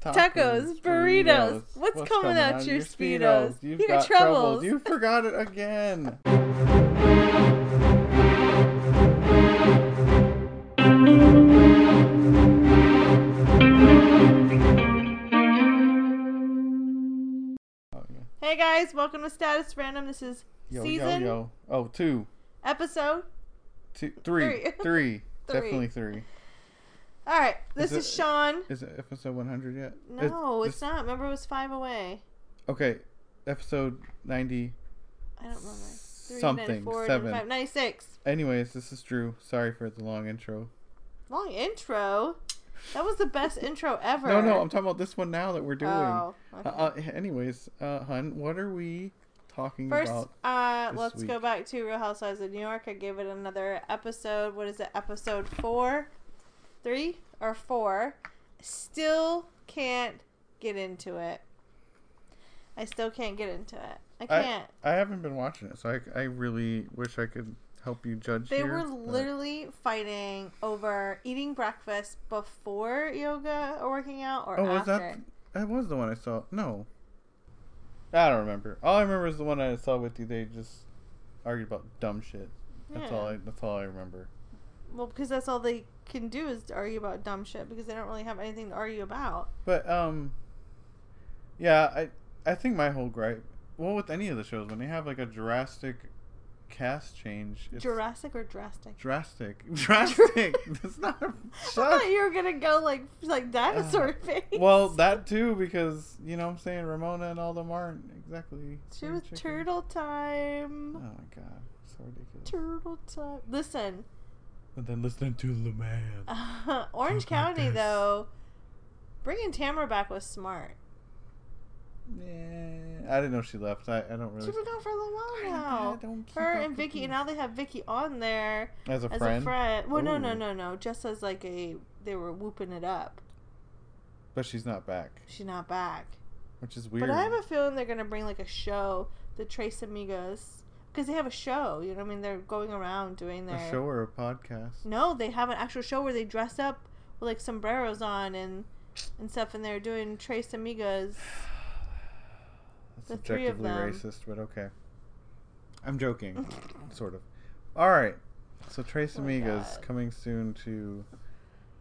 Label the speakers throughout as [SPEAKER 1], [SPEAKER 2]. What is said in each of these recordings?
[SPEAKER 1] tacos, burritos. What's, coming, out, your speedos?
[SPEAKER 2] You've
[SPEAKER 1] Your
[SPEAKER 2] got troubles.
[SPEAKER 1] troubles.
[SPEAKER 2] You forgot it again. Oh, yeah.
[SPEAKER 1] Hey guys, welcome to Status Random. This is
[SPEAKER 2] Yo,
[SPEAKER 1] season,
[SPEAKER 2] yo, yo. Oh, two,
[SPEAKER 1] episode.
[SPEAKER 2] two, three,
[SPEAKER 1] Three.
[SPEAKER 2] three.
[SPEAKER 1] Three.
[SPEAKER 2] Definitely three.
[SPEAKER 1] All right, this
[SPEAKER 2] it-
[SPEAKER 1] is, Sean.
[SPEAKER 2] Is it episode 100 yet?
[SPEAKER 1] No, it's,
[SPEAKER 2] this-
[SPEAKER 1] not. Remember, it was five away.
[SPEAKER 2] Okay, episode 90.
[SPEAKER 1] I don't remember. Three,
[SPEAKER 2] Something,
[SPEAKER 1] four,
[SPEAKER 2] seven.
[SPEAKER 1] five, 96.
[SPEAKER 2] Anyways, this is Drew. Sorry for the long intro.
[SPEAKER 1] Long intro. That was the best intro ever.
[SPEAKER 2] No, no, I'm talking about this one now that we're doing.
[SPEAKER 1] Oh, okay.
[SPEAKER 2] Uh, uh, anyways, uh, hun, what are we talking
[SPEAKER 1] First,
[SPEAKER 2] about?
[SPEAKER 1] uh,
[SPEAKER 2] this
[SPEAKER 1] let's go
[SPEAKER 2] week?
[SPEAKER 1] back to Real Housewives of New York. I gave it another episode. What is it? Episode four, three or four? Still can't get into it. I still can't get into it. I
[SPEAKER 2] I-
[SPEAKER 1] can't.
[SPEAKER 2] I haven't been watching it, so I, I really wish I could help you judge.
[SPEAKER 1] they
[SPEAKER 2] here,
[SPEAKER 1] were
[SPEAKER 2] but-
[SPEAKER 1] literally fighting over eating breakfast before yoga or working out or
[SPEAKER 2] Oh, was
[SPEAKER 1] after.
[SPEAKER 2] that? That was the one I saw. No, I don't remember. All I remember is the one I saw with you. They just argued about dumb shit. That's all.
[SPEAKER 1] Yeah.
[SPEAKER 2] I, that's all I remember.
[SPEAKER 1] Well, because that's all they can do is argue about dumb shit because they don't really have anything to argue about.
[SPEAKER 2] But um, yeah, I I think my whole gripe, well, with any of the shows, when they have like a drastic cast change, it's
[SPEAKER 1] Jurassic or drastic?
[SPEAKER 2] drastic, drastic. That's not a
[SPEAKER 1] I
[SPEAKER 2] show.
[SPEAKER 1] thought you were gonna go like like dinosaur face.
[SPEAKER 2] Uh, Well, that too, because you know what I'm saying Ramona and all them aren't exactly.
[SPEAKER 1] she
[SPEAKER 2] pretty
[SPEAKER 1] was
[SPEAKER 2] chicken.
[SPEAKER 1] turtle time.
[SPEAKER 2] Oh my god, so ridiculous.
[SPEAKER 1] Turtle time. Listen,
[SPEAKER 2] And then listening to the man.
[SPEAKER 1] Orange
[SPEAKER 2] Talk like
[SPEAKER 1] County
[SPEAKER 2] this.
[SPEAKER 1] though, bringing Tamara back was smart.
[SPEAKER 2] Yeah, I didn't know she left. I, I don't really.
[SPEAKER 1] She's been gone for a little
[SPEAKER 2] I
[SPEAKER 1] while
[SPEAKER 2] don't- I
[SPEAKER 1] now.
[SPEAKER 2] don't keep
[SPEAKER 1] Her
[SPEAKER 2] up
[SPEAKER 1] and
[SPEAKER 2] with
[SPEAKER 1] Vicky,
[SPEAKER 2] these.
[SPEAKER 1] and now they have Vicky on there
[SPEAKER 2] as a
[SPEAKER 1] as
[SPEAKER 2] friend,
[SPEAKER 1] a friend. Well, no, no,
[SPEAKER 2] Ooh.
[SPEAKER 1] no, no. Just as like a they were whooping it up.
[SPEAKER 2] but she's not back,
[SPEAKER 1] She's not back.
[SPEAKER 2] which is weird.
[SPEAKER 1] But I have a feeling they're gonna bring like a show, the Trace Amigos, because they have a show. You know what I mean? They're going around doing their
[SPEAKER 2] a show or a podcast.
[SPEAKER 1] No, they have an actual show where they dress up with like sombreros on and and stuff, and they're doing Trace Amigas.
[SPEAKER 2] That's
[SPEAKER 1] The three of
[SPEAKER 2] objectively
[SPEAKER 1] them.
[SPEAKER 2] racist, but okay. I'm joking, sort of. All right. So Trace
[SPEAKER 1] Oh my
[SPEAKER 2] Amigas
[SPEAKER 1] God.
[SPEAKER 2] coming soon to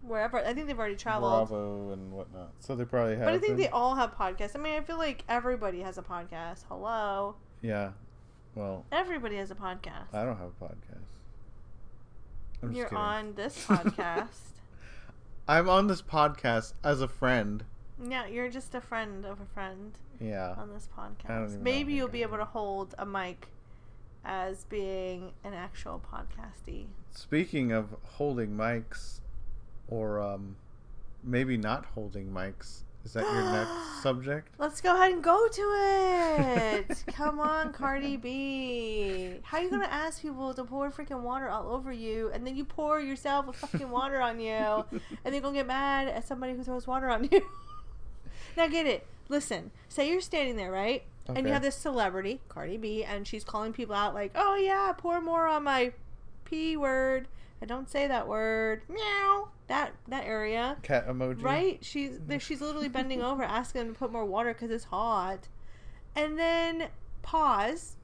[SPEAKER 1] Wherever I think they've already traveled,
[SPEAKER 2] Bravo and whatnot. So they probably have.
[SPEAKER 1] but I think they
[SPEAKER 2] been-
[SPEAKER 1] all have podcasts. I mean, I feel like everybody has a podcast. Hello,
[SPEAKER 2] Yeah. Well,
[SPEAKER 1] everybody has a podcast.
[SPEAKER 2] I don't have a podcast. I'm just
[SPEAKER 1] You're
[SPEAKER 2] kidding.
[SPEAKER 1] on this podcast.
[SPEAKER 2] I'm on this podcast as a friend.
[SPEAKER 1] yeah, you're just a friend of a friend
[SPEAKER 2] Yeah.
[SPEAKER 1] on this
[SPEAKER 2] I don't
[SPEAKER 1] podcast.
[SPEAKER 2] even know
[SPEAKER 1] Maybe
[SPEAKER 2] who
[SPEAKER 1] you'll
[SPEAKER 2] I
[SPEAKER 1] be able
[SPEAKER 2] am.
[SPEAKER 1] to hold a mic as being an actual podcasty.
[SPEAKER 2] Speaking of holding mics, or um, maybe not holding mics, is that your next subject?
[SPEAKER 1] Let's go ahead and go to it. Come on, Cardi B. How you gonna ask people to pour freaking water all over you, and then you pour yourself with fucking water on you, and they're gonna get mad at somebody who throws water on you? now get it. Listen. Say you're standing there, right? And
[SPEAKER 2] Okay.
[SPEAKER 1] you have this celebrity, Cardi B, and she's calling people out like, "Oh yeah, pour more on my p word. I don't say that word. Meow. That that area."
[SPEAKER 2] cat emoji.
[SPEAKER 1] Right? She's there, she's literally bending over asking him to put more water because it's hot. And then pause,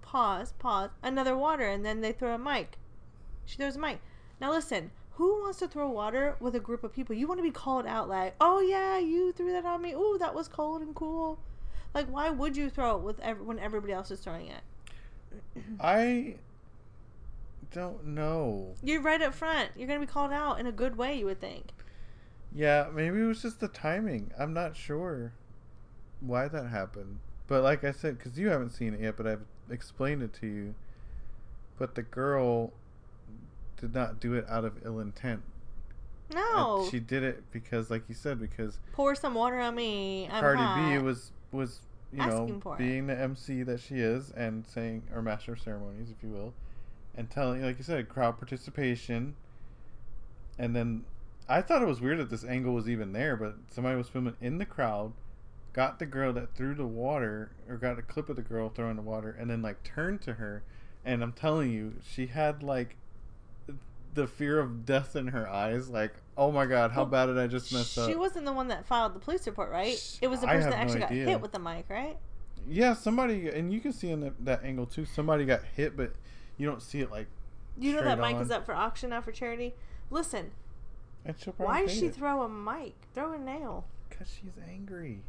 [SPEAKER 1] pause, pause, another water, and then they throw a mic. She throws a mic. Now listen, who wants to throw water with a group of people? You want to be called out like, oh yeah, you threw that on me. Ooh, that was cold and cool. Like, why would you throw it with ev- when everybody else is throwing it?
[SPEAKER 2] I don't know.
[SPEAKER 1] You're right up front. You're gonna be called out in a good way, you would think.
[SPEAKER 2] Yeah, maybe it was just the timing. I'm not sure why that happened. But like I said, because you haven't seen it yet, but I've explained it to you. But the girl did not do it out of ill intent.
[SPEAKER 1] No,
[SPEAKER 2] She did it because, like you said, because
[SPEAKER 1] pour some water on me. I'm
[SPEAKER 2] Cardi
[SPEAKER 1] hot.
[SPEAKER 2] B was was you
[SPEAKER 1] Uh-huh. Asking
[SPEAKER 2] know
[SPEAKER 1] for it.
[SPEAKER 2] being the MC that she is and saying or master of ceremonies, if you will, and telling like you said crowd participation. And then I thought it was weird that this angle was even there, but somebody was filming in the crowd, got the girl that threw the water or got a clip of the girl throwing the water, and then like turned to her, and I'm telling you, she had like the fear of death in her eyes, like, oh my god, how
[SPEAKER 1] Well,
[SPEAKER 2] bad did I just mess up?
[SPEAKER 1] She wasn't the one that filed the police report, right?
[SPEAKER 2] Sh-
[SPEAKER 1] It was the
[SPEAKER 2] I have
[SPEAKER 1] person that
[SPEAKER 2] no
[SPEAKER 1] actually got
[SPEAKER 2] idea.
[SPEAKER 1] hit with the mic, right?
[SPEAKER 2] Yeah, somebody, and you can see in the, that angle too. Somebody got hit, but you don't see it like.
[SPEAKER 1] You know that
[SPEAKER 2] Straight
[SPEAKER 1] mic
[SPEAKER 2] on.
[SPEAKER 1] is up for auction now for charity. Listen,
[SPEAKER 2] And she'll probably
[SPEAKER 1] why did
[SPEAKER 2] pay
[SPEAKER 1] she
[SPEAKER 2] it.
[SPEAKER 1] throw a mic? Throw a nail.
[SPEAKER 2] Because she's angry.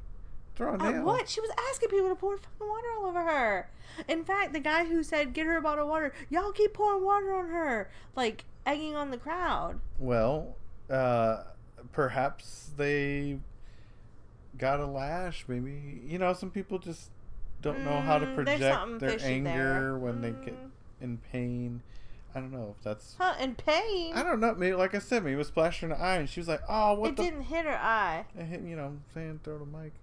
[SPEAKER 2] Throw a
[SPEAKER 1] At
[SPEAKER 2] nail.
[SPEAKER 1] what? She was asking people to pour fucking water all over her. In fact, the guy who said, get her a bottle of water, y'all keep pouring water on her, like egging on the crowd.
[SPEAKER 2] Well, uh, perhaps they got a lash. Maybe you know some people just don't know how to
[SPEAKER 1] Mm, there's something
[SPEAKER 2] project their
[SPEAKER 1] fishy
[SPEAKER 2] anger
[SPEAKER 1] there.
[SPEAKER 2] when they get
[SPEAKER 1] Mm.
[SPEAKER 2] in pain. I don't know if that's.
[SPEAKER 1] Huh, and pain.
[SPEAKER 2] I don't know. Maybe like I said, maybe it was splashed her in the eye, and she was like, "Oh, what
[SPEAKER 1] it
[SPEAKER 2] the?"
[SPEAKER 1] didn't hit her eye.
[SPEAKER 2] I hit- you know, I'm saying throw the mic.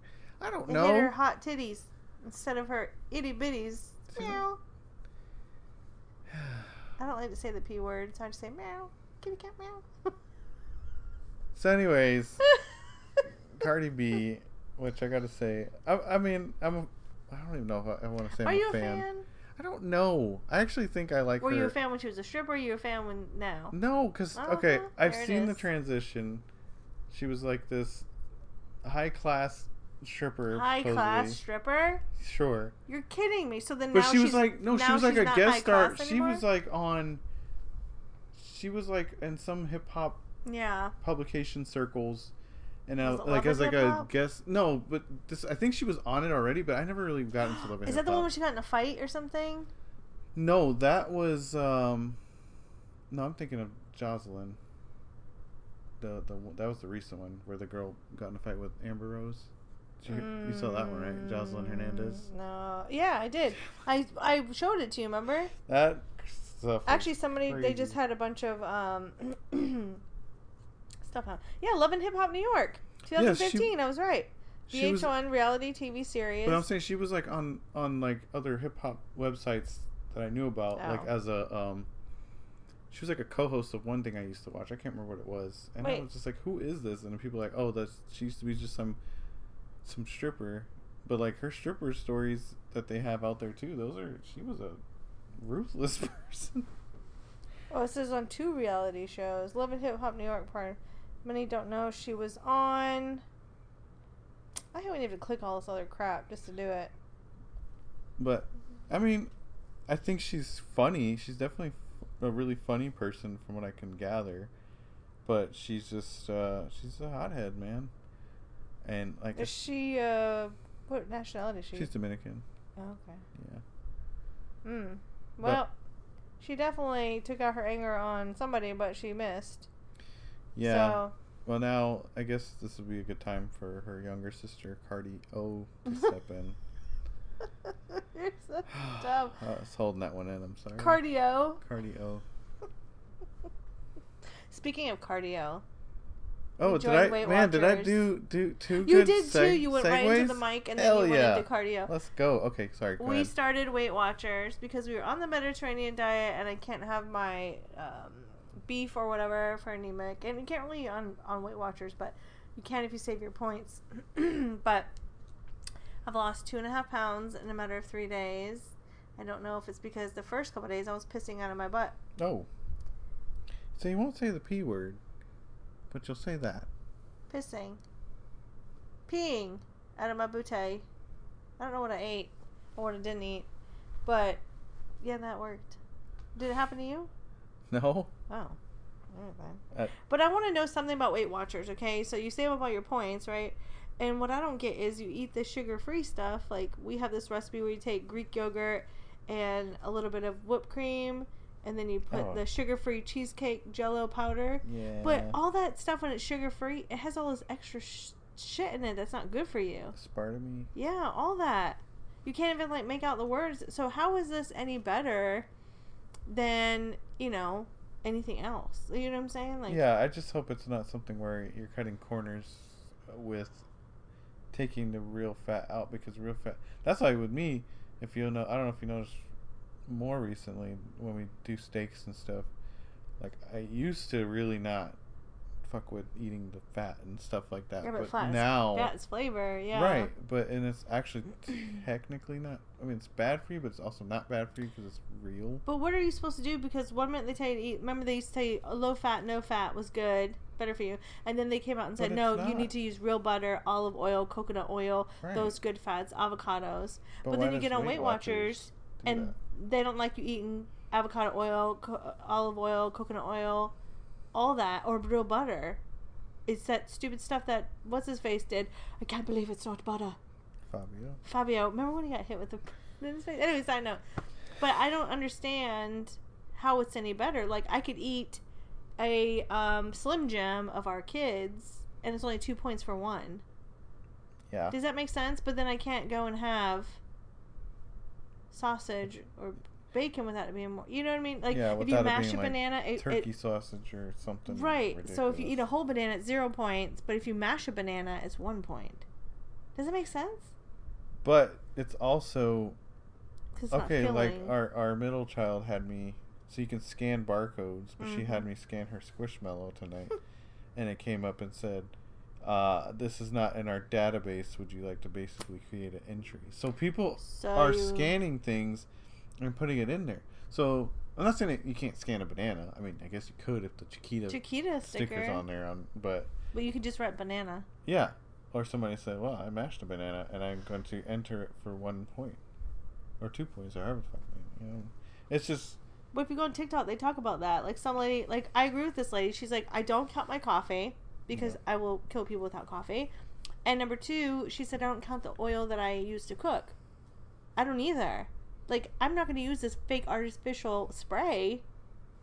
[SPEAKER 2] I don't
[SPEAKER 1] It
[SPEAKER 2] know.
[SPEAKER 1] hit her hot titties instead of her itty bitties.
[SPEAKER 2] See,
[SPEAKER 1] Meow. I don't like to say the p word, so I just say meow. Kitty cat meow.
[SPEAKER 2] So, anyways, Cardi B, which I gotta say, I, I mean, I'm, a, I don't even know if I, I want to say
[SPEAKER 1] Are
[SPEAKER 2] I'm
[SPEAKER 1] you
[SPEAKER 2] a fan. I don't know. I actually think I like
[SPEAKER 1] Were
[SPEAKER 2] her.
[SPEAKER 1] you a fan when she was a stripper? Or you a fan when now?
[SPEAKER 2] No, because
[SPEAKER 1] Uh-huh,
[SPEAKER 2] okay, I've
[SPEAKER 1] there it
[SPEAKER 2] seen the
[SPEAKER 1] is.
[SPEAKER 2] transition. She was like this high class stripper.
[SPEAKER 1] High class
[SPEAKER 2] supposedly.
[SPEAKER 1] stripper?
[SPEAKER 2] Sure,
[SPEAKER 1] You're kidding me. So then
[SPEAKER 2] but
[SPEAKER 1] now
[SPEAKER 2] she was
[SPEAKER 1] she's-
[SPEAKER 2] like no, she
[SPEAKER 1] now
[SPEAKER 2] was like
[SPEAKER 1] she's
[SPEAKER 2] a
[SPEAKER 1] not
[SPEAKER 2] guest
[SPEAKER 1] high
[SPEAKER 2] star.
[SPEAKER 1] class
[SPEAKER 2] She
[SPEAKER 1] anymore?
[SPEAKER 2] was like on. She was like in some hip hop
[SPEAKER 1] yeah.
[SPEAKER 2] publication circles, and
[SPEAKER 1] Was
[SPEAKER 2] uh,
[SPEAKER 1] it Love
[SPEAKER 2] like
[SPEAKER 1] and
[SPEAKER 2] as like
[SPEAKER 1] Hip
[SPEAKER 2] a
[SPEAKER 1] Hop?
[SPEAKER 2] guest. No, but this I think she was on it already, but I never really got into Love and
[SPEAKER 1] Is that
[SPEAKER 2] Hip
[SPEAKER 1] the one
[SPEAKER 2] Hop.
[SPEAKER 1] where she got in a fight or something?
[SPEAKER 2] No, that was um No, I'm thinking of Jocelyn. The the one- that was the recent one where the girl got in a fight with Amber Rose. Did You, you saw that one, right? Jocelyn Hernandez.
[SPEAKER 1] Mm, No. Yeah, I did. Mm. I I showed it to you, remember?
[SPEAKER 2] That stuff. was-
[SPEAKER 1] Actually, somebody they just
[SPEAKER 2] crazy.
[SPEAKER 1] had a bunch of um stuff on. Yeah, Love and Hip Hop New York,
[SPEAKER 2] Yeah, she-
[SPEAKER 1] 2015. I was right.
[SPEAKER 2] she was,
[SPEAKER 1] VH1 reality TV series.
[SPEAKER 2] but I'm saying she was like on on like other hip hop websites that I knew about, like
[SPEAKER 1] Oh.
[SPEAKER 2] as a um. She was like a co-host of one thing I used to watch. I can't remember what it was, and I
[SPEAKER 1] Wait.
[SPEAKER 2] was just like, "Who is this?" And people were like, "Oh, that's she used to be just some, some stripper." But like her stripper stories that they have out there too, those are she was a ruthless person.
[SPEAKER 1] Oh, it says on two reality shows. Love and Hip Hop New York part. Many don't know she was on. I don't even have to click all this other crap just to do it.
[SPEAKER 2] But I mean, I think she's funny. She's definitely a really funny person from what I can gather. But she's just uh she's a hothead, man. And like
[SPEAKER 1] Is she uh what nationality is she?
[SPEAKER 2] she's Dominican.
[SPEAKER 1] oh, okay.
[SPEAKER 2] Yeah.
[SPEAKER 1] Hmm.
[SPEAKER 2] But-
[SPEAKER 1] Well, she definitely took out her anger on somebody, but she missed.
[SPEAKER 2] Yeah.
[SPEAKER 1] So
[SPEAKER 2] Well, now I guess this would be a good time for her younger sister Cardi O to step in. Uh,
[SPEAKER 1] You're so dumb.
[SPEAKER 2] I was holding that one in. I'm sorry.
[SPEAKER 1] Cardio.
[SPEAKER 2] Cardi O.
[SPEAKER 1] Speaking of cardio,
[SPEAKER 2] Oh,
[SPEAKER 1] You
[SPEAKER 2] did
[SPEAKER 1] joined
[SPEAKER 2] I
[SPEAKER 1] Weight
[SPEAKER 2] man? Did I
[SPEAKER 1] Watchers.
[SPEAKER 2] do do two?
[SPEAKER 1] you
[SPEAKER 2] good
[SPEAKER 1] did too.
[SPEAKER 2] seg-
[SPEAKER 1] You went right into the
[SPEAKER 2] segues?
[SPEAKER 1] mic and
[SPEAKER 2] Hell
[SPEAKER 1] then you
[SPEAKER 2] yeah.
[SPEAKER 1] went into cardio.
[SPEAKER 2] Let's go. Okay, sorry. Go
[SPEAKER 1] we
[SPEAKER 2] ahead.
[SPEAKER 1] started Weight Watchers because we were on the Mediterranean diet, and I can't have my um, beef or whatever for anemic, and you can't really on on Weight Watchers, but you can if you save your points. but I've lost two and a half pounds in a matter of three days. I don't know if it's because the first couple days I was pissing out of my butt.
[SPEAKER 2] Oh. So you won't say the p word, but you'll say that.
[SPEAKER 1] pissing, peeing out of my bootay. I don't know what I ate or what I didn't eat, but yeah, that worked. Did it happen to you?
[SPEAKER 2] No.
[SPEAKER 1] Oh. Alright then.
[SPEAKER 2] Uh,
[SPEAKER 1] but I want to know something about Weight Watchers, okay? So you save up all your points, right? And what I don't get is you eat the sugar-free stuff. Like we have this recipe where you take Greek yogurt and a little bit of whipped cream, and then you put
[SPEAKER 2] Oh.
[SPEAKER 1] the sugar-free cheesecake Jello powder.
[SPEAKER 2] Yeah.
[SPEAKER 1] But all that stuff when it's sugar free, it has all this extra sh- shit in it that's not good for you.
[SPEAKER 2] Spartamy.
[SPEAKER 1] Yeah, all that. You can't even like make out the words. So how is this any better than you know anything else? You know what I'm saying? Like,
[SPEAKER 2] yeah, I just hope it's not something where you're cutting corners with taking the real fat out because real fat. That's why with me, if you will know, I don't know if you noticed more recently when we do steaks and stuff. Like I used to really not fuck with eating the fat and stuff like that.
[SPEAKER 1] Yeah, but
[SPEAKER 2] but
[SPEAKER 1] fat is-
[SPEAKER 2] now,
[SPEAKER 1] That's flavor, yeah.
[SPEAKER 2] right? But and it's actually technically not. I mean, it's bad for you, but it's also not bad for you because it's real.
[SPEAKER 1] But what are you supposed to do? Because one minute they tell you to eat. Remember, they used to tell you uh, low fat, no fat was good, better for you. And then they came out and
[SPEAKER 2] But
[SPEAKER 1] said,
[SPEAKER 2] it's
[SPEAKER 1] no, you
[SPEAKER 2] not.
[SPEAKER 1] need to use real butter, olive oil, coconut oil,
[SPEAKER 2] Right.
[SPEAKER 1] those good fats, avocados. But,
[SPEAKER 2] why
[SPEAKER 1] then you
[SPEAKER 2] does
[SPEAKER 1] get on Weight Watchers,
[SPEAKER 2] do
[SPEAKER 1] and
[SPEAKER 2] that?
[SPEAKER 1] they don't like you eating avocado oil, co- olive oil, coconut oil, all that, or real butter. It's that stupid stuff that what's his face did. I can't believe it's not butter.
[SPEAKER 2] Fabio,
[SPEAKER 1] Fabio, remember when he got hit with the in his face? Anyway, side note. But I don't understand how it's any better. Like I could eat a um, Slim Jim of our kids, and it's only two points for one.
[SPEAKER 2] yeah,
[SPEAKER 1] Does that make sense? But then I can't go and have sausage or bacon without it being more. You know what I mean? Like
[SPEAKER 2] Yeah,
[SPEAKER 1] if you
[SPEAKER 2] without it
[SPEAKER 1] mash
[SPEAKER 2] being,
[SPEAKER 1] a
[SPEAKER 2] like,
[SPEAKER 1] banana, it,
[SPEAKER 2] turkey
[SPEAKER 1] it
[SPEAKER 2] sausage or something.
[SPEAKER 1] right. So if you eat a
[SPEAKER 2] ridiculous.
[SPEAKER 1] whole banana, it's zero points. But if you mash a banana, it's one point. Does it make sense?
[SPEAKER 2] but it's also
[SPEAKER 1] 'Cause it's not
[SPEAKER 2] okay. Like
[SPEAKER 1] filling.
[SPEAKER 2] our our middle child had me, so you can scan barcodes, but she had
[SPEAKER 1] Mhm.
[SPEAKER 2] me scan her Squishmallow tonight, and it came up and said. Uh, this is not in our database. Would you like to basically create an entry? So people
[SPEAKER 1] so
[SPEAKER 2] are
[SPEAKER 1] you-
[SPEAKER 2] scanning things and putting it in there. So I'm not saying that you can't scan a banana. I mean, I guess you could if the Chiquita
[SPEAKER 1] Chiquita sticker,
[SPEAKER 2] stickers on there. On but
[SPEAKER 1] but you could just write banana.
[SPEAKER 2] yeah, or somebody said, "Well, I mashed a banana and I'm going to enter it for one point or two points or however the fuck." You know, it's just
[SPEAKER 1] But if you go on TikTok, they talk about that. Like some lady, like I agree with this lady. She's like, I don't count my coffee because I will kill people without coffee. And number two, she said I don't count the oil that I use to cook. I don't either. Like I'm not going to use this fake artificial spray.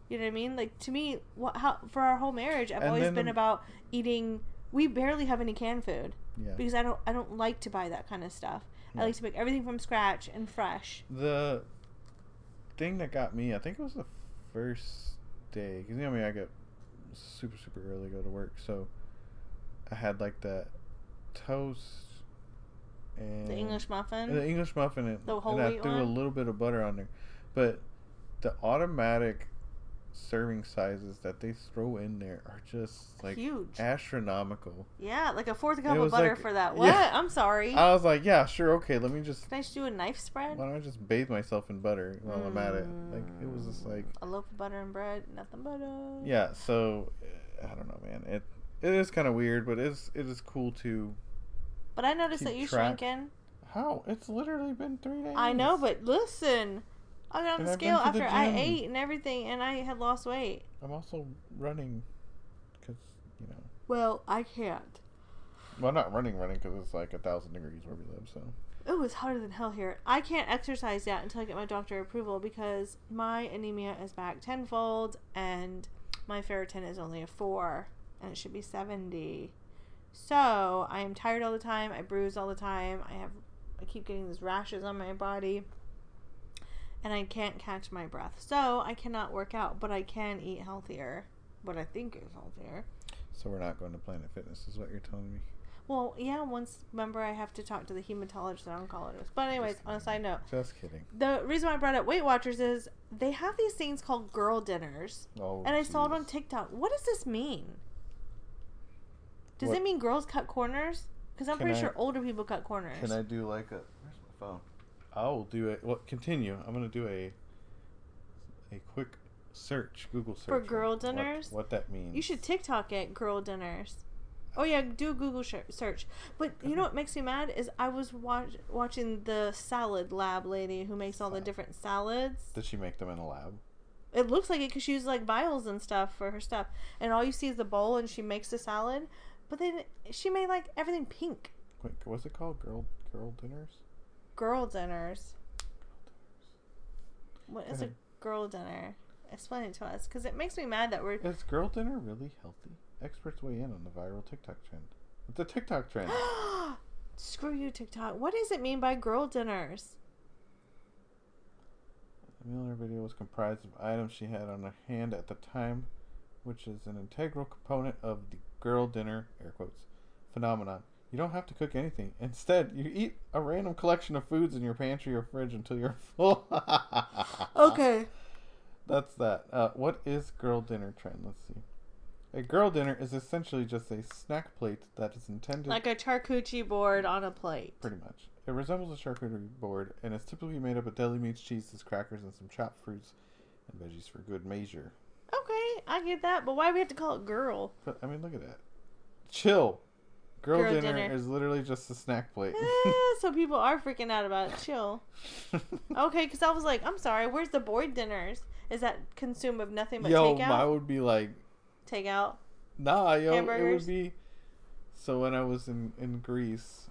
[SPEAKER 1] You know what I mean? Like to me, what how for our whole marriage, I've
[SPEAKER 2] And
[SPEAKER 1] always
[SPEAKER 2] then-
[SPEAKER 1] been about eating. We barely have any canned food
[SPEAKER 2] yeah.
[SPEAKER 1] because I don't I don't like to buy that kind of stuff. I
[SPEAKER 2] Yeah.
[SPEAKER 1] like to make everything from scratch and fresh.
[SPEAKER 2] The thing that got me, I think it was the first day, because you know me, I get super, super early go to work, so I had like that toast and
[SPEAKER 1] The English muffin.
[SPEAKER 2] the English muffin, and,
[SPEAKER 1] The whole
[SPEAKER 2] and I
[SPEAKER 1] wheat
[SPEAKER 2] threw a
[SPEAKER 1] one?
[SPEAKER 2] little bit of butter on there, but the automatic serving sizes that they throw in there are just like
[SPEAKER 1] Huge.
[SPEAKER 2] astronomical.
[SPEAKER 1] Yeah, like a fourth cup of
[SPEAKER 2] was
[SPEAKER 1] butter
[SPEAKER 2] like-
[SPEAKER 1] for that.
[SPEAKER 2] yeah.
[SPEAKER 1] What? I'm sorry.
[SPEAKER 2] I was like, yeah, sure, okay, let me just
[SPEAKER 1] Can I just do a knife spread? Hmm.
[SPEAKER 2] why don't I just bathe myself in butter while I'm at it? Like it was just like.
[SPEAKER 1] a loaf of butter and bread, nothing but uh
[SPEAKER 2] yeah so uh, i don't know man it it is kind of weird but it's it is cool to
[SPEAKER 1] But I noticed
[SPEAKER 2] Keep
[SPEAKER 1] that you're
[SPEAKER 2] track.
[SPEAKER 1] shrinking.
[SPEAKER 2] how it's literally been three days
[SPEAKER 1] I know, but listen, I got
[SPEAKER 2] And
[SPEAKER 1] on the
[SPEAKER 2] I've been
[SPEAKER 1] scale
[SPEAKER 2] to the
[SPEAKER 1] after I
[SPEAKER 2] gym.
[SPEAKER 1] ate and everything, and I had lost weight.
[SPEAKER 2] i'm also running because you know
[SPEAKER 1] Well, I can't.
[SPEAKER 2] well not running running because it's like a thousand degrees where we live so
[SPEAKER 1] Oh, it's hotter than hell here. I can't exercise yet until I get my doctor approval because my anemia is back tenfold and my ferritin is only a four and it should be 70. So I am tired all the time. I bruise all the time. I have, I keep getting these rashes on my body and I can't catch my breath. So I cannot work out, but I can eat healthier. What I think is healthier.
[SPEAKER 2] so we're not going to planet fitness is what you're telling me
[SPEAKER 1] Well, yeah, once, remember, I have to talk to the hematologist and oncologist. But, anyways, on a side note,
[SPEAKER 2] just kidding
[SPEAKER 1] the reason why I brought up Weight Watchers is they have these things called girl dinners,
[SPEAKER 2] oh
[SPEAKER 1] and I saw it on
[SPEAKER 2] jeez.
[SPEAKER 1] TikTok. What does this mean? Does
[SPEAKER 2] What-
[SPEAKER 1] it mean girls cut corners? Because I'm
[SPEAKER 2] Can
[SPEAKER 1] pretty
[SPEAKER 2] I-
[SPEAKER 1] sure older people cut corners.
[SPEAKER 2] can i do like a where's my phone i'll do it well continue i'm gonna do a a quick search google search on
[SPEAKER 1] girl
[SPEAKER 2] what-
[SPEAKER 1] dinners?
[SPEAKER 2] what, that means
[SPEAKER 1] You should TikTok it, girl dinners. Oh yeah, do a Google sh- search. But you know what makes me mad is I was watch- watching the salad lab lady who makes all the
[SPEAKER 2] Salad.
[SPEAKER 1] different salads.
[SPEAKER 2] did she make them in a lab
[SPEAKER 1] It looks like it because she uses like vials and stuff for her stuff, and all you see is the bowl, and she makes the salad. But then she made like everything pink.
[SPEAKER 2] Wait, what's it called? Girl girl dinners?
[SPEAKER 1] Girl dinners. What is a
[SPEAKER 2] Okay.
[SPEAKER 1] girl dinner? Explain it to us, because it makes me mad that we're.
[SPEAKER 2] Is girl dinner really healthy? Experts weigh in on the viral TikTok trend. It's a TikTok trend.
[SPEAKER 1] Screw you, TikTok. What does it mean by girl dinners?
[SPEAKER 2] the meal in her video was comprised of items she had on her hand at the time, which is an integral component of the girl dinner air quotes phenomenon. You don't have to cook anything. Instead, you eat a random collection of foods in your pantry or fridge until you're full.
[SPEAKER 1] Okay.
[SPEAKER 2] That's that. Uh, what is girl dinner trend? Let's see. A girl dinner is essentially just a snack plate that is intended
[SPEAKER 1] Like a charcuterie board on a plate.
[SPEAKER 2] pretty much. It resembles a charcuterie board and is typically made up of deli meats, cheeses, crackers, and some chopped fruits and veggies for good measure.
[SPEAKER 1] Okay, I get that, but why do we have to call it girl?
[SPEAKER 2] But I mean, look at that. Chill. Girl,
[SPEAKER 1] Girl
[SPEAKER 2] dinner,
[SPEAKER 1] dinner.
[SPEAKER 2] is literally just a snack plate.
[SPEAKER 1] Eh, so people are freaking out about it. Chill. Okay, because I was like, I'm sorry, where's the board dinners? Is that consume of nothing but
[SPEAKER 2] yo, I
[SPEAKER 1] takeout?
[SPEAKER 2] would be like,
[SPEAKER 1] Takeout.
[SPEAKER 2] nah, yo, it
[SPEAKER 1] Hamburgers.
[SPEAKER 2] would be. So when I was in in Greece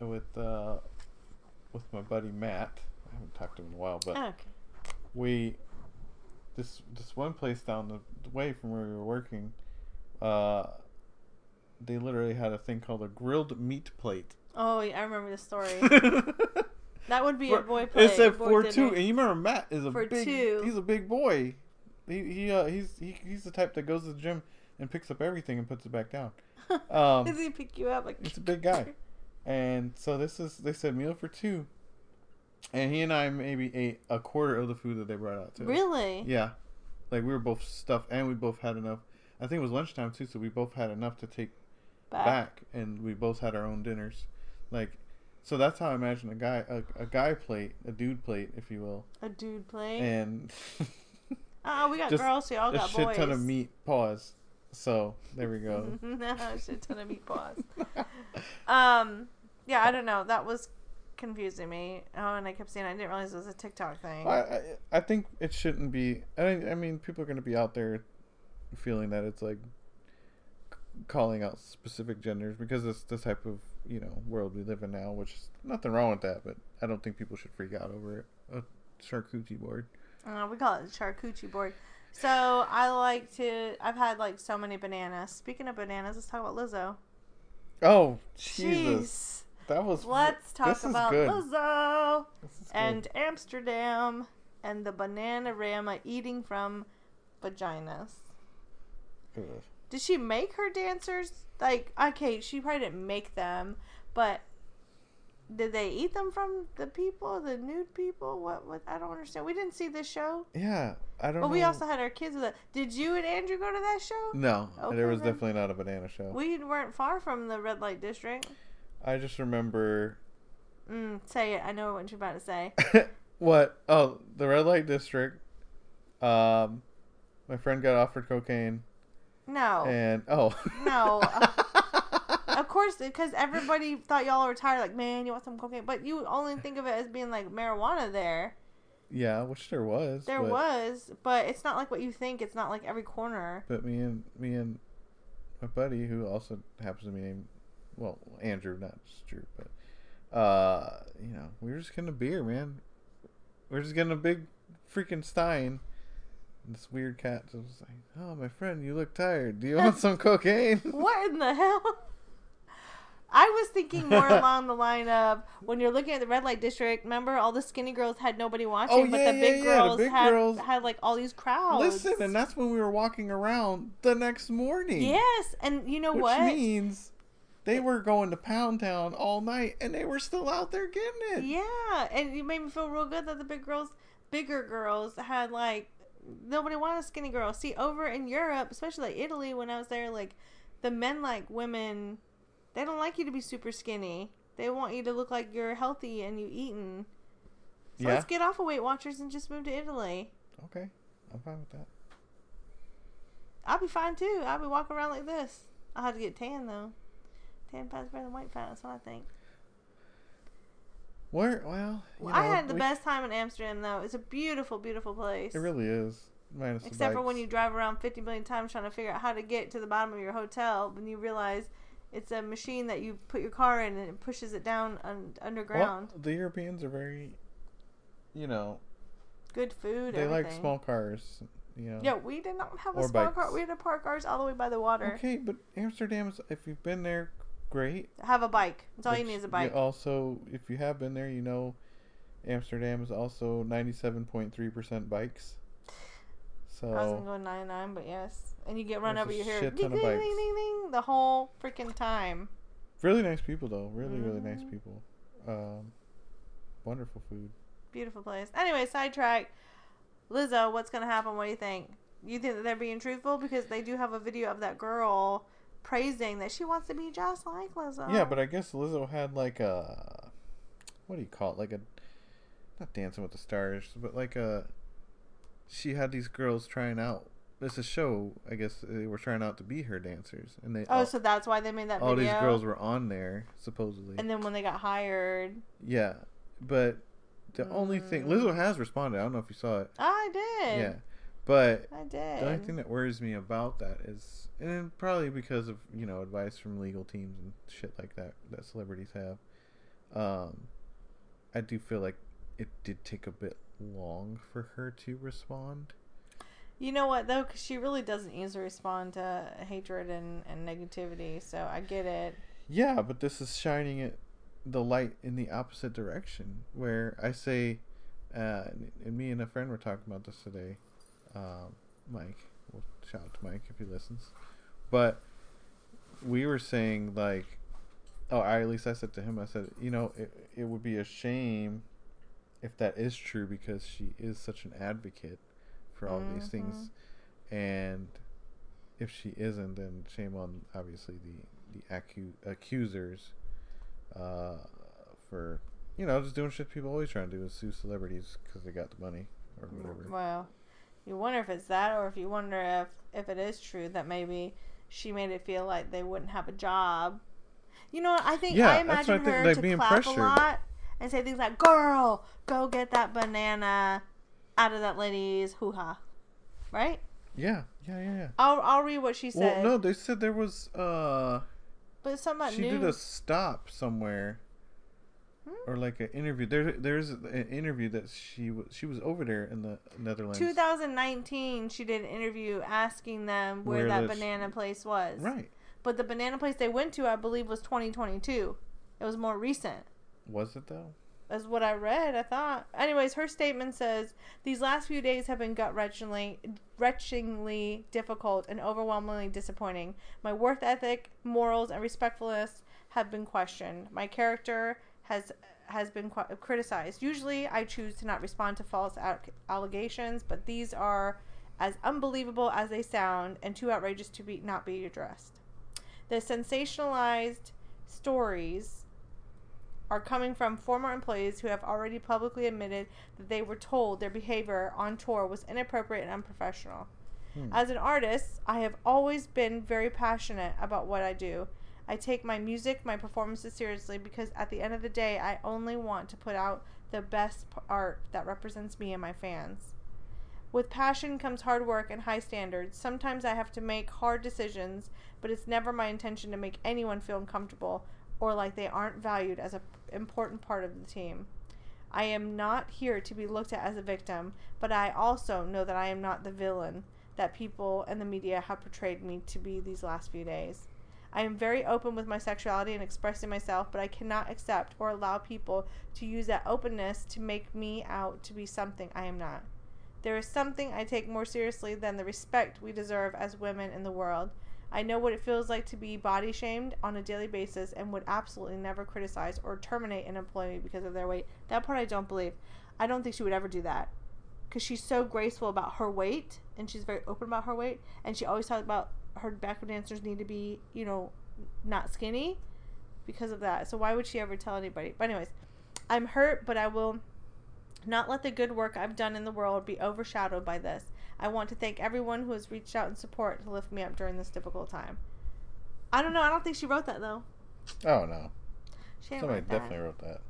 [SPEAKER 2] with uh with my buddy Matt, I haven't talked to him in a while, but
[SPEAKER 1] Oh, Okay.
[SPEAKER 2] we this this one place down the, the way from where we were working, uh, they literally had a thing called a grilled meat plate.
[SPEAKER 1] Oh, yeah, I remember the story.
[SPEAKER 2] that
[SPEAKER 1] that would be a boy play.
[SPEAKER 2] It said
[SPEAKER 1] boy
[SPEAKER 2] four two,
[SPEAKER 1] dinner.
[SPEAKER 2] and you remember Matt is a
[SPEAKER 1] For
[SPEAKER 2] big.
[SPEAKER 1] two.
[SPEAKER 2] He's a big boy. He he uh, he's he, he's the type that goes to the gym and picks up everything and puts it back down. Um,
[SPEAKER 1] Does he pick you up? Like,
[SPEAKER 2] it's a big guy. And so this is they said meal for two, and he and I maybe ate a quarter of the food that they brought out to us.
[SPEAKER 1] Really?
[SPEAKER 2] Yeah, like we were both stuffed, and we both had enough. I think it was lunchtime too, so we both had enough to take
[SPEAKER 1] Back.
[SPEAKER 2] back, and we both had our own dinners. Like, so that's how I imagine a guy, a, a guy plate, a dude plate, if you will,
[SPEAKER 1] A dude play.
[SPEAKER 2] and
[SPEAKER 1] Ah, we got
[SPEAKER 2] just
[SPEAKER 1] girls, so y'all
[SPEAKER 2] a
[SPEAKER 1] got
[SPEAKER 2] shit
[SPEAKER 1] boys.
[SPEAKER 2] ton of meat. Pause. So there we go.
[SPEAKER 1] a shit ton of meatballs. Um, yeah, I don't know. That was confusing me. Oh, and I kept saying I didn't realize it was a TikTok thing.
[SPEAKER 2] I, I I think it shouldn't be. I mean, I mean, people are going to be out there feeling that it's like c- calling out specific genders because it's the type of you know world we live in now, which is nothing wrong with that. But I don't think people should freak out over a charcuterie board.
[SPEAKER 1] Uh, we call it charcuterie board. So I like to. I've had like so many bananas. Speaking of bananas, let's talk about Lizzo.
[SPEAKER 2] Oh Jesus,
[SPEAKER 1] Jeez.
[SPEAKER 2] that was
[SPEAKER 1] Let's talk
[SPEAKER 2] this is
[SPEAKER 1] about
[SPEAKER 2] good.
[SPEAKER 1] Lizzo
[SPEAKER 2] This is good.
[SPEAKER 1] and Amsterdam and the Bananarama eating from vaginas.
[SPEAKER 2] Ugh.
[SPEAKER 1] Did she make her dancers? Like, okay, she probably didn't make them, but did they eat them from the people, the nude people? What? What? I don't understand. We didn't see this show,
[SPEAKER 2] yeah, I don't.
[SPEAKER 1] but
[SPEAKER 2] know.
[SPEAKER 1] we also had our kids with it. Did you and Andrew go to that show?
[SPEAKER 2] Mm-hmm. no,
[SPEAKER 1] Okay,
[SPEAKER 2] there was
[SPEAKER 1] then.
[SPEAKER 2] definitely not a banana show.
[SPEAKER 1] We weren't far from the red light district.
[SPEAKER 2] I just remember
[SPEAKER 1] Mm, say it. I know what you're about to say.
[SPEAKER 2] what? Oh, the red light district. Um, my friend got offered cocaine,
[SPEAKER 1] No,
[SPEAKER 2] and oh,
[SPEAKER 1] No. uh, of course, because everybody thought y'all were tired. Like, man, you want some cocaine, but you only think of it as being like marijuana there.
[SPEAKER 2] yeah, which there was.
[SPEAKER 1] There
[SPEAKER 2] but,
[SPEAKER 1] was, but it's not like what you think. It's not like every corner.
[SPEAKER 2] But me and me and my buddy, who also happens to be named, well, Andrew, not just Drew, but uh, you know, we were just getting a beer, man. We were just getting a big freaking Stein. And This weird cat just was like, "Oh, my friend, you look tired. Do you want some cocaine?"
[SPEAKER 1] What in the hell? I was thinking more along the line of when you're looking at the red light district. Remember, all the skinny girls had nobody watching,
[SPEAKER 2] Oh,
[SPEAKER 1] but
[SPEAKER 2] yeah,
[SPEAKER 1] the
[SPEAKER 2] yeah,
[SPEAKER 1] big
[SPEAKER 2] yeah, the
[SPEAKER 1] girls
[SPEAKER 2] big
[SPEAKER 1] had
[SPEAKER 2] girls-
[SPEAKER 1] had like all these crowds.
[SPEAKER 2] Listen, and that's when we were walking around the next morning.
[SPEAKER 1] yes, and you know
[SPEAKER 2] Which
[SPEAKER 1] what?
[SPEAKER 2] means they were going to Pound Town all night and they were still out there getting it.
[SPEAKER 1] Yeah, and it made me feel real good that the big girls, bigger girls, had like nobody wanted skinny girls. See, over in Europe, especially like Italy, when I was there, like the men like women. They don't like you to be super skinny. They want you to look like you're healthy and you eating. So
[SPEAKER 2] Yeah.
[SPEAKER 1] let's get off of Weight Watchers and just move to Italy.
[SPEAKER 2] Okay. I'm fine with that.
[SPEAKER 1] I'll be fine too. I'll be walking around like this. I'll have to get tan though. Tan fat's better than white fat. That's what I think.
[SPEAKER 2] Where, well, you
[SPEAKER 1] I
[SPEAKER 2] know,
[SPEAKER 1] had the
[SPEAKER 2] we-
[SPEAKER 1] best time in Amsterdam though. It's a beautiful, beautiful place.
[SPEAKER 2] It really is. Minus the
[SPEAKER 1] Except for
[SPEAKER 2] bikes.
[SPEAKER 1] when you drive around 50 million times trying to figure out how to get to the bottom of your hotel, when you realize it's a machine that you put your car in and it pushes it down un-
[SPEAKER 2] Well,
[SPEAKER 1] underground.
[SPEAKER 2] the Europeans are very, you know,
[SPEAKER 1] Good food.
[SPEAKER 2] they
[SPEAKER 1] everything.
[SPEAKER 2] like small cars. You know.
[SPEAKER 1] Yeah, we did not have a
[SPEAKER 2] Or
[SPEAKER 1] small car.
[SPEAKER 2] bikes.
[SPEAKER 1] We had to park ours all the way by the water.
[SPEAKER 2] Okay, but Amsterdam is, if you've been there, great.
[SPEAKER 1] Have a bike. That's all you
[SPEAKER 2] But
[SPEAKER 1] need is a bike.
[SPEAKER 2] also, if you have been there, you know Amsterdam is also 97.3% bikes. So.
[SPEAKER 1] I was gonna go 99, but yes. And you get run
[SPEAKER 2] There's
[SPEAKER 1] over
[SPEAKER 2] a
[SPEAKER 1] your hair.
[SPEAKER 2] shit
[SPEAKER 1] Ding,
[SPEAKER 2] ton of
[SPEAKER 1] ding, ding,
[SPEAKER 2] bikes.
[SPEAKER 1] ding, ding, the whole freaking time.
[SPEAKER 2] Really nice people, though. Really, really nice
[SPEAKER 1] Mhm.
[SPEAKER 2] people. Um, wonderful food.
[SPEAKER 1] Beautiful place. Anyway, sidetrack. Lizzo, what's gonna happen? What do you think? You think that they're being truthful because they do have a video of that girl praising that she wants to be just like Lizzo.
[SPEAKER 2] Yeah, but I guess Lizzo had like a what do you call it? Like a not Dancing with the Stars, but like a she had these girls trying out. It's a show, I guess they were trying out to be her dancers, and they
[SPEAKER 1] oh,
[SPEAKER 2] all,
[SPEAKER 1] so that's why they made that
[SPEAKER 2] all
[SPEAKER 1] video.
[SPEAKER 2] these girls were on there supposedly.
[SPEAKER 1] and then when they got hired,
[SPEAKER 2] yeah, but the only thing
[SPEAKER 1] Mm.
[SPEAKER 2] Lizzo has responded. I don't know if you saw it.
[SPEAKER 1] Ah, I did.
[SPEAKER 2] Yeah, but
[SPEAKER 1] I did.
[SPEAKER 2] The only thing that worries me about that is, and then probably because of you know advice from legal teams and shit like that that celebrities have, um, I do feel like it did take a bit long for her to respond.
[SPEAKER 1] You know what though, because she really doesn't easily respond to hatred and, and negativity, so I get it.
[SPEAKER 2] Yeah, but this is shining it the light in the opposite direction. Where I say, uh, and- and me and a friend were talking about this today. Um, Mike, well, shout out to Mike if he listens. But we were saying like, oh, I, at least I said to him, I said, you know, it it would be a shame if that is true because she is such an advocate for all these things, and if she isn't, then shame on obviously the the acu- accusers uh, for you know just doing shit people always try to do is sue celebrities because they got the money or whatever.
[SPEAKER 1] Well, you wonder if it's that, or if you wonder if if it is true that maybe she made it feel like they wouldn't have a job. You know, what? I think
[SPEAKER 2] Yeah,
[SPEAKER 1] I
[SPEAKER 2] that's what I
[SPEAKER 1] imagine
[SPEAKER 2] think,
[SPEAKER 1] her
[SPEAKER 2] like,
[SPEAKER 1] to
[SPEAKER 2] being
[SPEAKER 1] clap
[SPEAKER 2] pressured.
[SPEAKER 1] a lot and say things like, "Girl, go get that banana out of that lady's hoo ha," right?
[SPEAKER 2] Yeah, yeah, yeah, yeah.
[SPEAKER 1] I'll I'll read what she
[SPEAKER 2] Well,
[SPEAKER 1] said,
[SPEAKER 2] no, they said there was uh
[SPEAKER 1] but something
[SPEAKER 2] she
[SPEAKER 1] new.
[SPEAKER 2] did a stop somewhere
[SPEAKER 1] Hmm?
[SPEAKER 2] or like an interview. There there's an interview that she was she was over there in the Netherlands.
[SPEAKER 1] 2019, she did an interview asking them where,
[SPEAKER 2] Where
[SPEAKER 1] that
[SPEAKER 2] this-
[SPEAKER 1] banana place was.
[SPEAKER 2] Right.
[SPEAKER 1] But the banana place they went to, I believe, was 2022. It was more recent.
[SPEAKER 2] Was it though?
[SPEAKER 1] That's what I read. I thought. Anyways, her statement says these last few days have been gut wrenchingly, wrenchingly difficult and overwhelmingly disappointing. My worth ethic, morals, and respectfulness have been questioned. My character has has been qu- criticized. Usually, I choose to not respond to false al- allegations, but these are as unbelievable as they sound and too outrageous to be not be addressed. The sensationalized stories are coming from former employees who have already publicly admitted that they were told their behavior on tour was inappropriate and unprofessional.
[SPEAKER 2] Hmm.
[SPEAKER 1] As an artist, I have always been very passionate about what I do. I take my music, my performances seriously because at the end of the day, I only want to put out the best p- art that represents me and my fans. With passion comes hard work and high standards. Sometimes I have to make hard decisions, but it's never my intention to make anyone feel uncomfortable or like they aren't valued as an important part of the team. I am not here to be looked at as a victim, but I also know that I am not the villain that people and the media have portrayed me to be these last few days. I am very open with my sexuality and expressing myself, but I cannot accept or allow people to use that openness to make me out to be something I am not. There is something I take more seriously than the respect we deserve as women in the world. I know what it feels like to be body shamed on a daily basis and would absolutely never criticize or terminate an employee because of their weight. That part I don't believe. I don't think she would ever do that because she's so graceful about her weight and she's very open about her weight. And she always talks about her backup dancers need to be, you know, not skinny because of that. So why would she ever tell anybody? But, anyways, I'm hurt, but I will not let the good work I've done in the world be overshadowed by this. I want to thank everyone who has reached out in support to lift me up during this difficult time. I don't know. I don't think she wrote that though.
[SPEAKER 2] Oh no,
[SPEAKER 1] She didn't
[SPEAKER 2] somebody
[SPEAKER 1] write that.
[SPEAKER 2] definitely wrote that.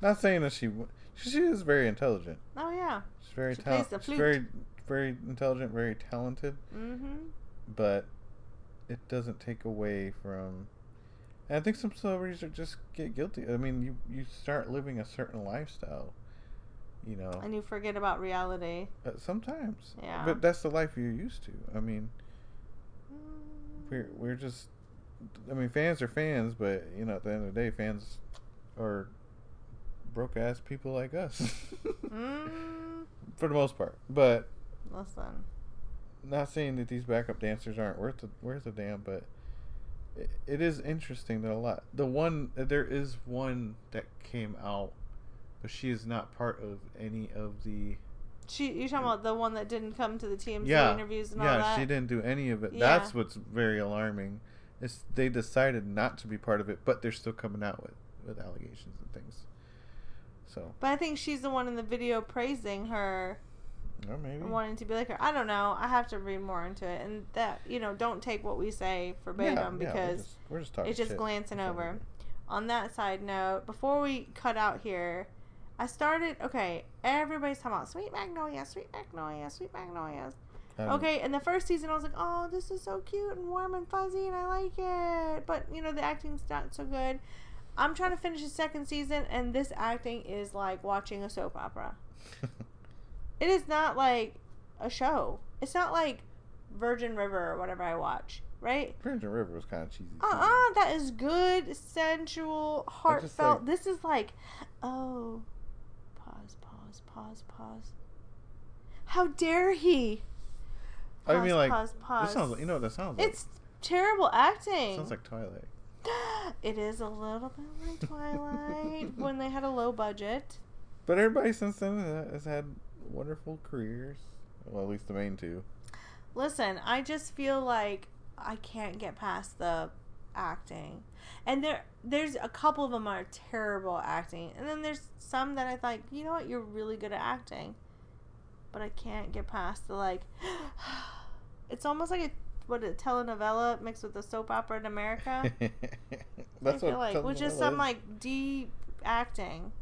[SPEAKER 2] Not saying that she w- she, she is very intelligent.
[SPEAKER 1] Oh yeah.
[SPEAKER 2] She's very
[SPEAKER 1] She plays
[SPEAKER 2] talented. She's
[SPEAKER 1] the flute.
[SPEAKER 2] very very intelligent, very talented,
[SPEAKER 1] Mm-hmm.
[SPEAKER 2] but it doesn't take away from. And I think some celebrities are just get guilty. I mean, you you start living a certain lifestyle, you know.
[SPEAKER 1] And you forget about reality.
[SPEAKER 2] uh, sometimes,
[SPEAKER 1] Yeah.
[SPEAKER 2] but that's the life you're used to. I mean,
[SPEAKER 1] Mm.
[SPEAKER 2] we're we're just. I mean, fans are fans, but you know, at the end of the day, fans are broke ass people like us,
[SPEAKER 1] Mm.
[SPEAKER 2] for the most part. But
[SPEAKER 1] Listen.
[SPEAKER 2] not saying that these backup dancers aren't worth a, worth a damn, but it, it is interesting that a lot. The one there is one that came out, but she is not part of any of the
[SPEAKER 1] She, you're talking about the one that didn't come to the TMZ
[SPEAKER 2] Yeah.
[SPEAKER 1] interviews and all
[SPEAKER 2] yeah,
[SPEAKER 1] that.
[SPEAKER 2] she didn't do any of it.
[SPEAKER 1] Yeah.
[SPEAKER 2] That's what's very alarming. Is they decided not to be part of it, but they're still coming out with with allegations and things. So,
[SPEAKER 1] But I think she's the one in the video praising her
[SPEAKER 2] or maybe.
[SPEAKER 1] and wanting to be like her. I don't know. I have to read more into it. And that, you know, don't take what we say verbatim
[SPEAKER 2] Yeah, yeah, we're
[SPEAKER 1] because
[SPEAKER 2] just, we're just talking
[SPEAKER 1] it's just
[SPEAKER 2] shit.
[SPEAKER 1] glancing
[SPEAKER 2] That's all
[SPEAKER 1] over.
[SPEAKER 2] we're doing.
[SPEAKER 1] on that side note, before we cut out here, I started. Okay, everybody's talking about Sweet Magnolia, Sweet Magnolia, Sweet Magnolias.
[SPEAKER 2] I don't-
[SPEAKER 1] Okay, in the first season, I was like, oh, this is so cute and warm and fuzzy, and I like it. But, you know, the acting's not so good. I'm trying to finish the second season, and this acting is like watching a soap opera. It is not like a show, it's not like Virgin River or whatever I watch, right?
[SPEAKER 2] Virgin River was kind of cheesy.
[SPEAKER 1] Uh
[SPEAKER 2] too.
[SPEAKER 1] uh that is good, sensual, heartfelt.
[SPEAKER 2] like-
[SPEAKER 1] this is like, oh, pause, pause, pause, pause. How dare he?
[SPEAKER 2] I mean, like,
[SPEAKER 1] pause,
[SPEAKER 2] This sounds like you know what that sounds like.
[SPEAKER 1] It's terrible acting.
[SPEAKER 2] sounds like Twilight.
[SPEAKER 1] it is a little bit like Twilight when they had a low budget.
[SPEAKER 2] But everybody since then has had wonderful careers. Well, at least the main two.
[SPEAKER 1] Listen, I just feel like I can't get past the acting, and there there's a couple of them are terrible acting, and then there's some that I like. You know what? You're really good at acting, but I can't get past the like. it's almost like a what a telenovela mixed with a soap opera in America.
[SPEAKER 2] That's
[SPEAKER 1] I feel
[SPEAKER 2] what
[SPEAKER 1] like, which is
[SPEAKER 2] telenovela
[SPEAKER 1] some like deep acting.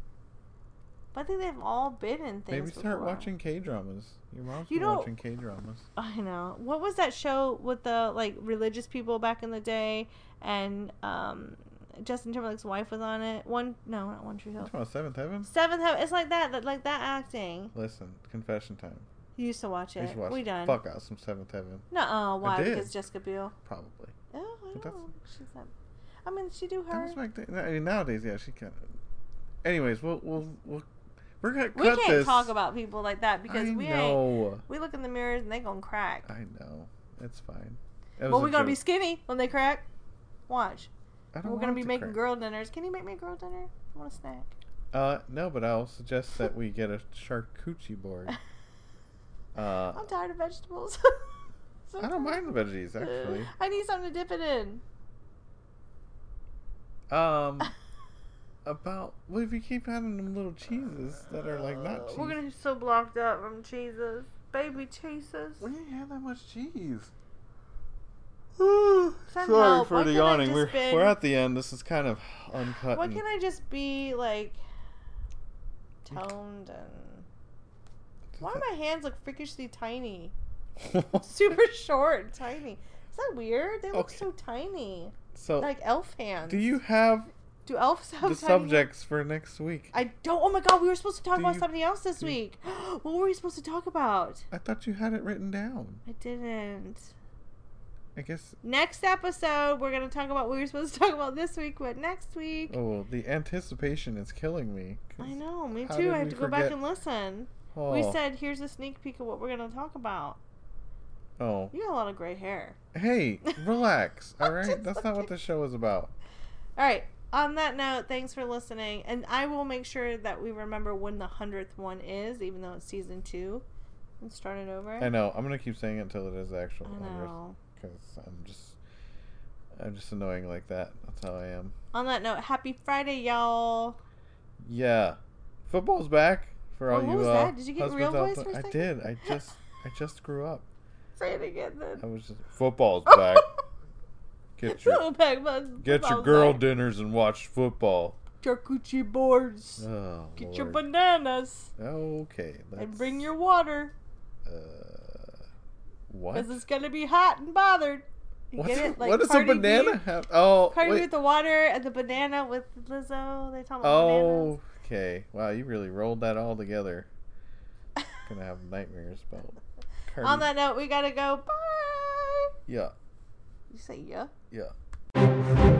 [SPEAKER 1] But I think they've all been in things.
[SPEAKER 2] Maybe start
[SPEAKER 1] before.
[SPEAKER 2] watching K dramas. Your mom's
[SPEAKER 1] You
[SPEAKER 2] been
[SPEAKER 1] know-
[SPEAKER 2] watching K dramas.
[SPEAKER 1] I know. What was that show with the like religious people back in the day? And um, Justin Timberlake's wife was on it. One, no, not One Tree Hill.
[SPEAKER 2] Talking about Seventh Heaven.
[SPEAKER 1] Seventh Heaven. It's like that. that- Like that acting.
[SPEAKER 2] Listen, confession time.
[SPEAKER 1] You used to watch
[SPEAKER 2] I
[SPEAKER 1] it.
[SPEAKER 2] should watch
[SPEAKER 1] we
[SPEAKER 2] the
[SPEAKER 1] done.
[SPEAKER 2] fuck out some Seventh Heaven,
[SPEAKER 1] No, why?
[SPEAKER 2] did.
[SPEAKER 1] Because Jessica Biel.
[SPEAKER 2] probably.
[SPEAKER 1] Oh, I
[SPEAKER 2] But
[SPEAKER 1] don't
[SPEAKER 2] that's-
[SPEAKER 1] know. She's not. I mean, she do
[SPEAKER 2] That
[SPEAKER 1] her.
[SPEAKER 2] was back then. I mean, nowadays, yeah, she kind of. Anyways, we'll we'll, we'll we're gonna
[SPEAKER 1] We
[SPEAKER 2] cut
[SPEAKER 1] can't
[SPEAKER 2] this.
[SPEAKER 1] talk about people like that because
[SPEAKER 2] I
[SPEAKER 1] we ain't.
[SPEAKER 2] know.
[SPEAKER 1] We look in the mirrors and they gonna crack.
[SPEAKER 2] I know. It's fine.
[SPEAKER 1] Well, we're gonna be skinny when they crack. Watch.
[SPEAKER 2] I
[SPEAKER 1] We're gonna
[SPEAKER 2] want
[SPEAKER 1] be
[SPEAKER 2] to
[SPEAKER 1] making
[SPEAKER 2] crack.
[SPEAKER 1] girl dinners. Can you make me a girl dinner? I want a snack.
[SPEAKER 2] Uh, no, but I'll suggest that we get a charcuterie board. Uh,
[SPEAKER 1] I'm tired of vegetables.
[SPEAKER 2] I don't mind the veggies actually.
[SPEAKER 1] I need something to dip it in.
[SPEAKER 2] Um, about well, if you keep having them little cheeses that are like not cheese.
[SPEAKER 1] Uh, We're gonna be so blocked up from cheeses, baby cheeses.
[SPEAKER 2] We didn't have that much cheese.
[SPEAKER 1] Send
[SPEAKER 2] Sorry
[SPEAKER 1] help.
[SPEAKER 2] for
[SPEAKER 1] Why
[SPEAKER 2] the
[SPEAKER 1] can't I
[SPEAKER 2] yawning.
[SPEAKER 1] just
[SPEAKER 2] We're,
[SPEAKER 1] been-
[SPEAKER 2] we're at the end. This is kind of uncut.
[SPEAKER 1] Why
[SPEAKER 2] and-
[SPEAKER 1] can't I just be like toned and? Why do my hands look freakishly tiny? Super short, and tiny. Is that weird? They look
[SPEAKER 2] Okay.
[SPEAKER 1] so tiny,
[SPEAKER 2] so,
[SPEAKER 1] like elf hands.
[SPEAKER 2] do you have
[SPEAKER 1] Do elves have
[SPEAKER 2] the
[SPEAKER 1] tiny hands?
[SPEAKER 2] subjects for next week?
[SPEAKER 1] I don't. Oh my god, we were supposed to talk
[SPEAKER 2] Do
[SPEAKER 1] about
[SPEAKER 2] you-
[SPEAKER 1] something else this
[SPEAKER 2] do you-
[SPEAKER 1] week. what were we supposed to talk about?
[SPEAKER 2] I thought you had it written down.
[SPEAKER 1] I didn't.
[SPEAKER 2] I guess.
[SPEAKER 1] Next episode, we're gonna talk about what we were supposed to talk about this week, but next week.
[SPEAKER 2] Oh, the anticipation is killing me. 'cause-
[SPEAKER 1] I know, me
[SPEAKER 2] Oh, how
[SPEAKER 1] too.
[SPEAKER 2] did
[SPEAKER 1] I have
[SPEAKER 2] we
[SPEAKER 1] to go back
[SPEAKER 2] forget?
[SPEAKER 1] and listen.
[SPEAKER 2] Oh,
[SPEAKER 1] We said, here's a sneak peek of what we're gonna talk about.
[SPEAKER 2] Oh,
[SPEAKER 1] You got a lot of gray hair.
[SPEAKER 2] hey, relax.
[SPEAKER 1] I'm
[SPEAKER 2] All right,
[SPEAKER 1] just
[SPEAKER 2] that's not what
[SPEAKER 1] looking.
[SPEAKER 2] the show is about.
[SPEAKER 1] All right. On that note, thanks for listening, and I will make sure that we remember when the hundredth one is, even though it's season two, and start it over.
[SPEAKER 2] I know. I'm gonna keep saying it until it is actual.
[SPEAKER 1] I know.
[SPEAKER 2] Because I'm just, I'm just annoying like that. That's how I am.
[SPEAKER 1] On that note, happy Friday, y'all.
[SPEAKER 2] Yeah, football's back for all
[SPEAKER 1] Oh, what
[SPEAKER 2] you.
[SPEAKER 1] was
[SPEAKER 2] uh,
[SPEAKER 1] that? Did you get real
[SPEAKER 2] husbands out
[SPEAKER 1] voice
[SPEAKER 2] there.
[SPEAKER 1] for a
[SPEAKER 2] I
[SPEAKER 1] second?
[SPEAKER 2] did. I just, I just grew up.
[SPEAKER 1] Say it again then.
[SPEAKER 2] I was just football's back. Get your,
[SPEAKER 1] Back, but-
[SPEAKER 2] get your
[SPEAKER 1] but-
[SPEAKER 2] girl dinners and watch football.
[SPEAKER 1] charcuterie boards.
[SPEAKER 2] Oh,
[SPEAKER 1] Get your
[SPEAKER 2] Lord.
[SPEAKER 1] bananas
[SPEAKER 2] Okay.
[SPEAKER 1] and bring
[SPEAKER 2] let's,
[SPEAKER 1] your water
[SPEAKER 2] Uh, what?
[SPEAKER 1] because it's gonna be hot and bothered. You
[SPEAKER 2] What's
[SPEAKER 1] get
[SPEAKER 2] a-
[SPEAKER 1] it? Like
[SPEAKER 2] what does a
[SPEAKER 1] Cardi B-
[SPEAKER 2] banana have? Oh,
[SPEAKER 1] Cardi B
[SPEAKER 2] wait.
[SPEAKER 1] with the water and the banana with Lizzo. They talk about
[SPEAKER 2] Oh, okay. Wow, you really rolled that all together. Gonna have nightmares about
[SPEAKER 1] bananas.
[SPEAKER 2] Cardi.
[SPEAKER 1] On that note, we gotta go. Bye.
[SPEAKER 2] yeah,
[SPEAKER 1] You say yeah.
[SPEAKER 2] yeah.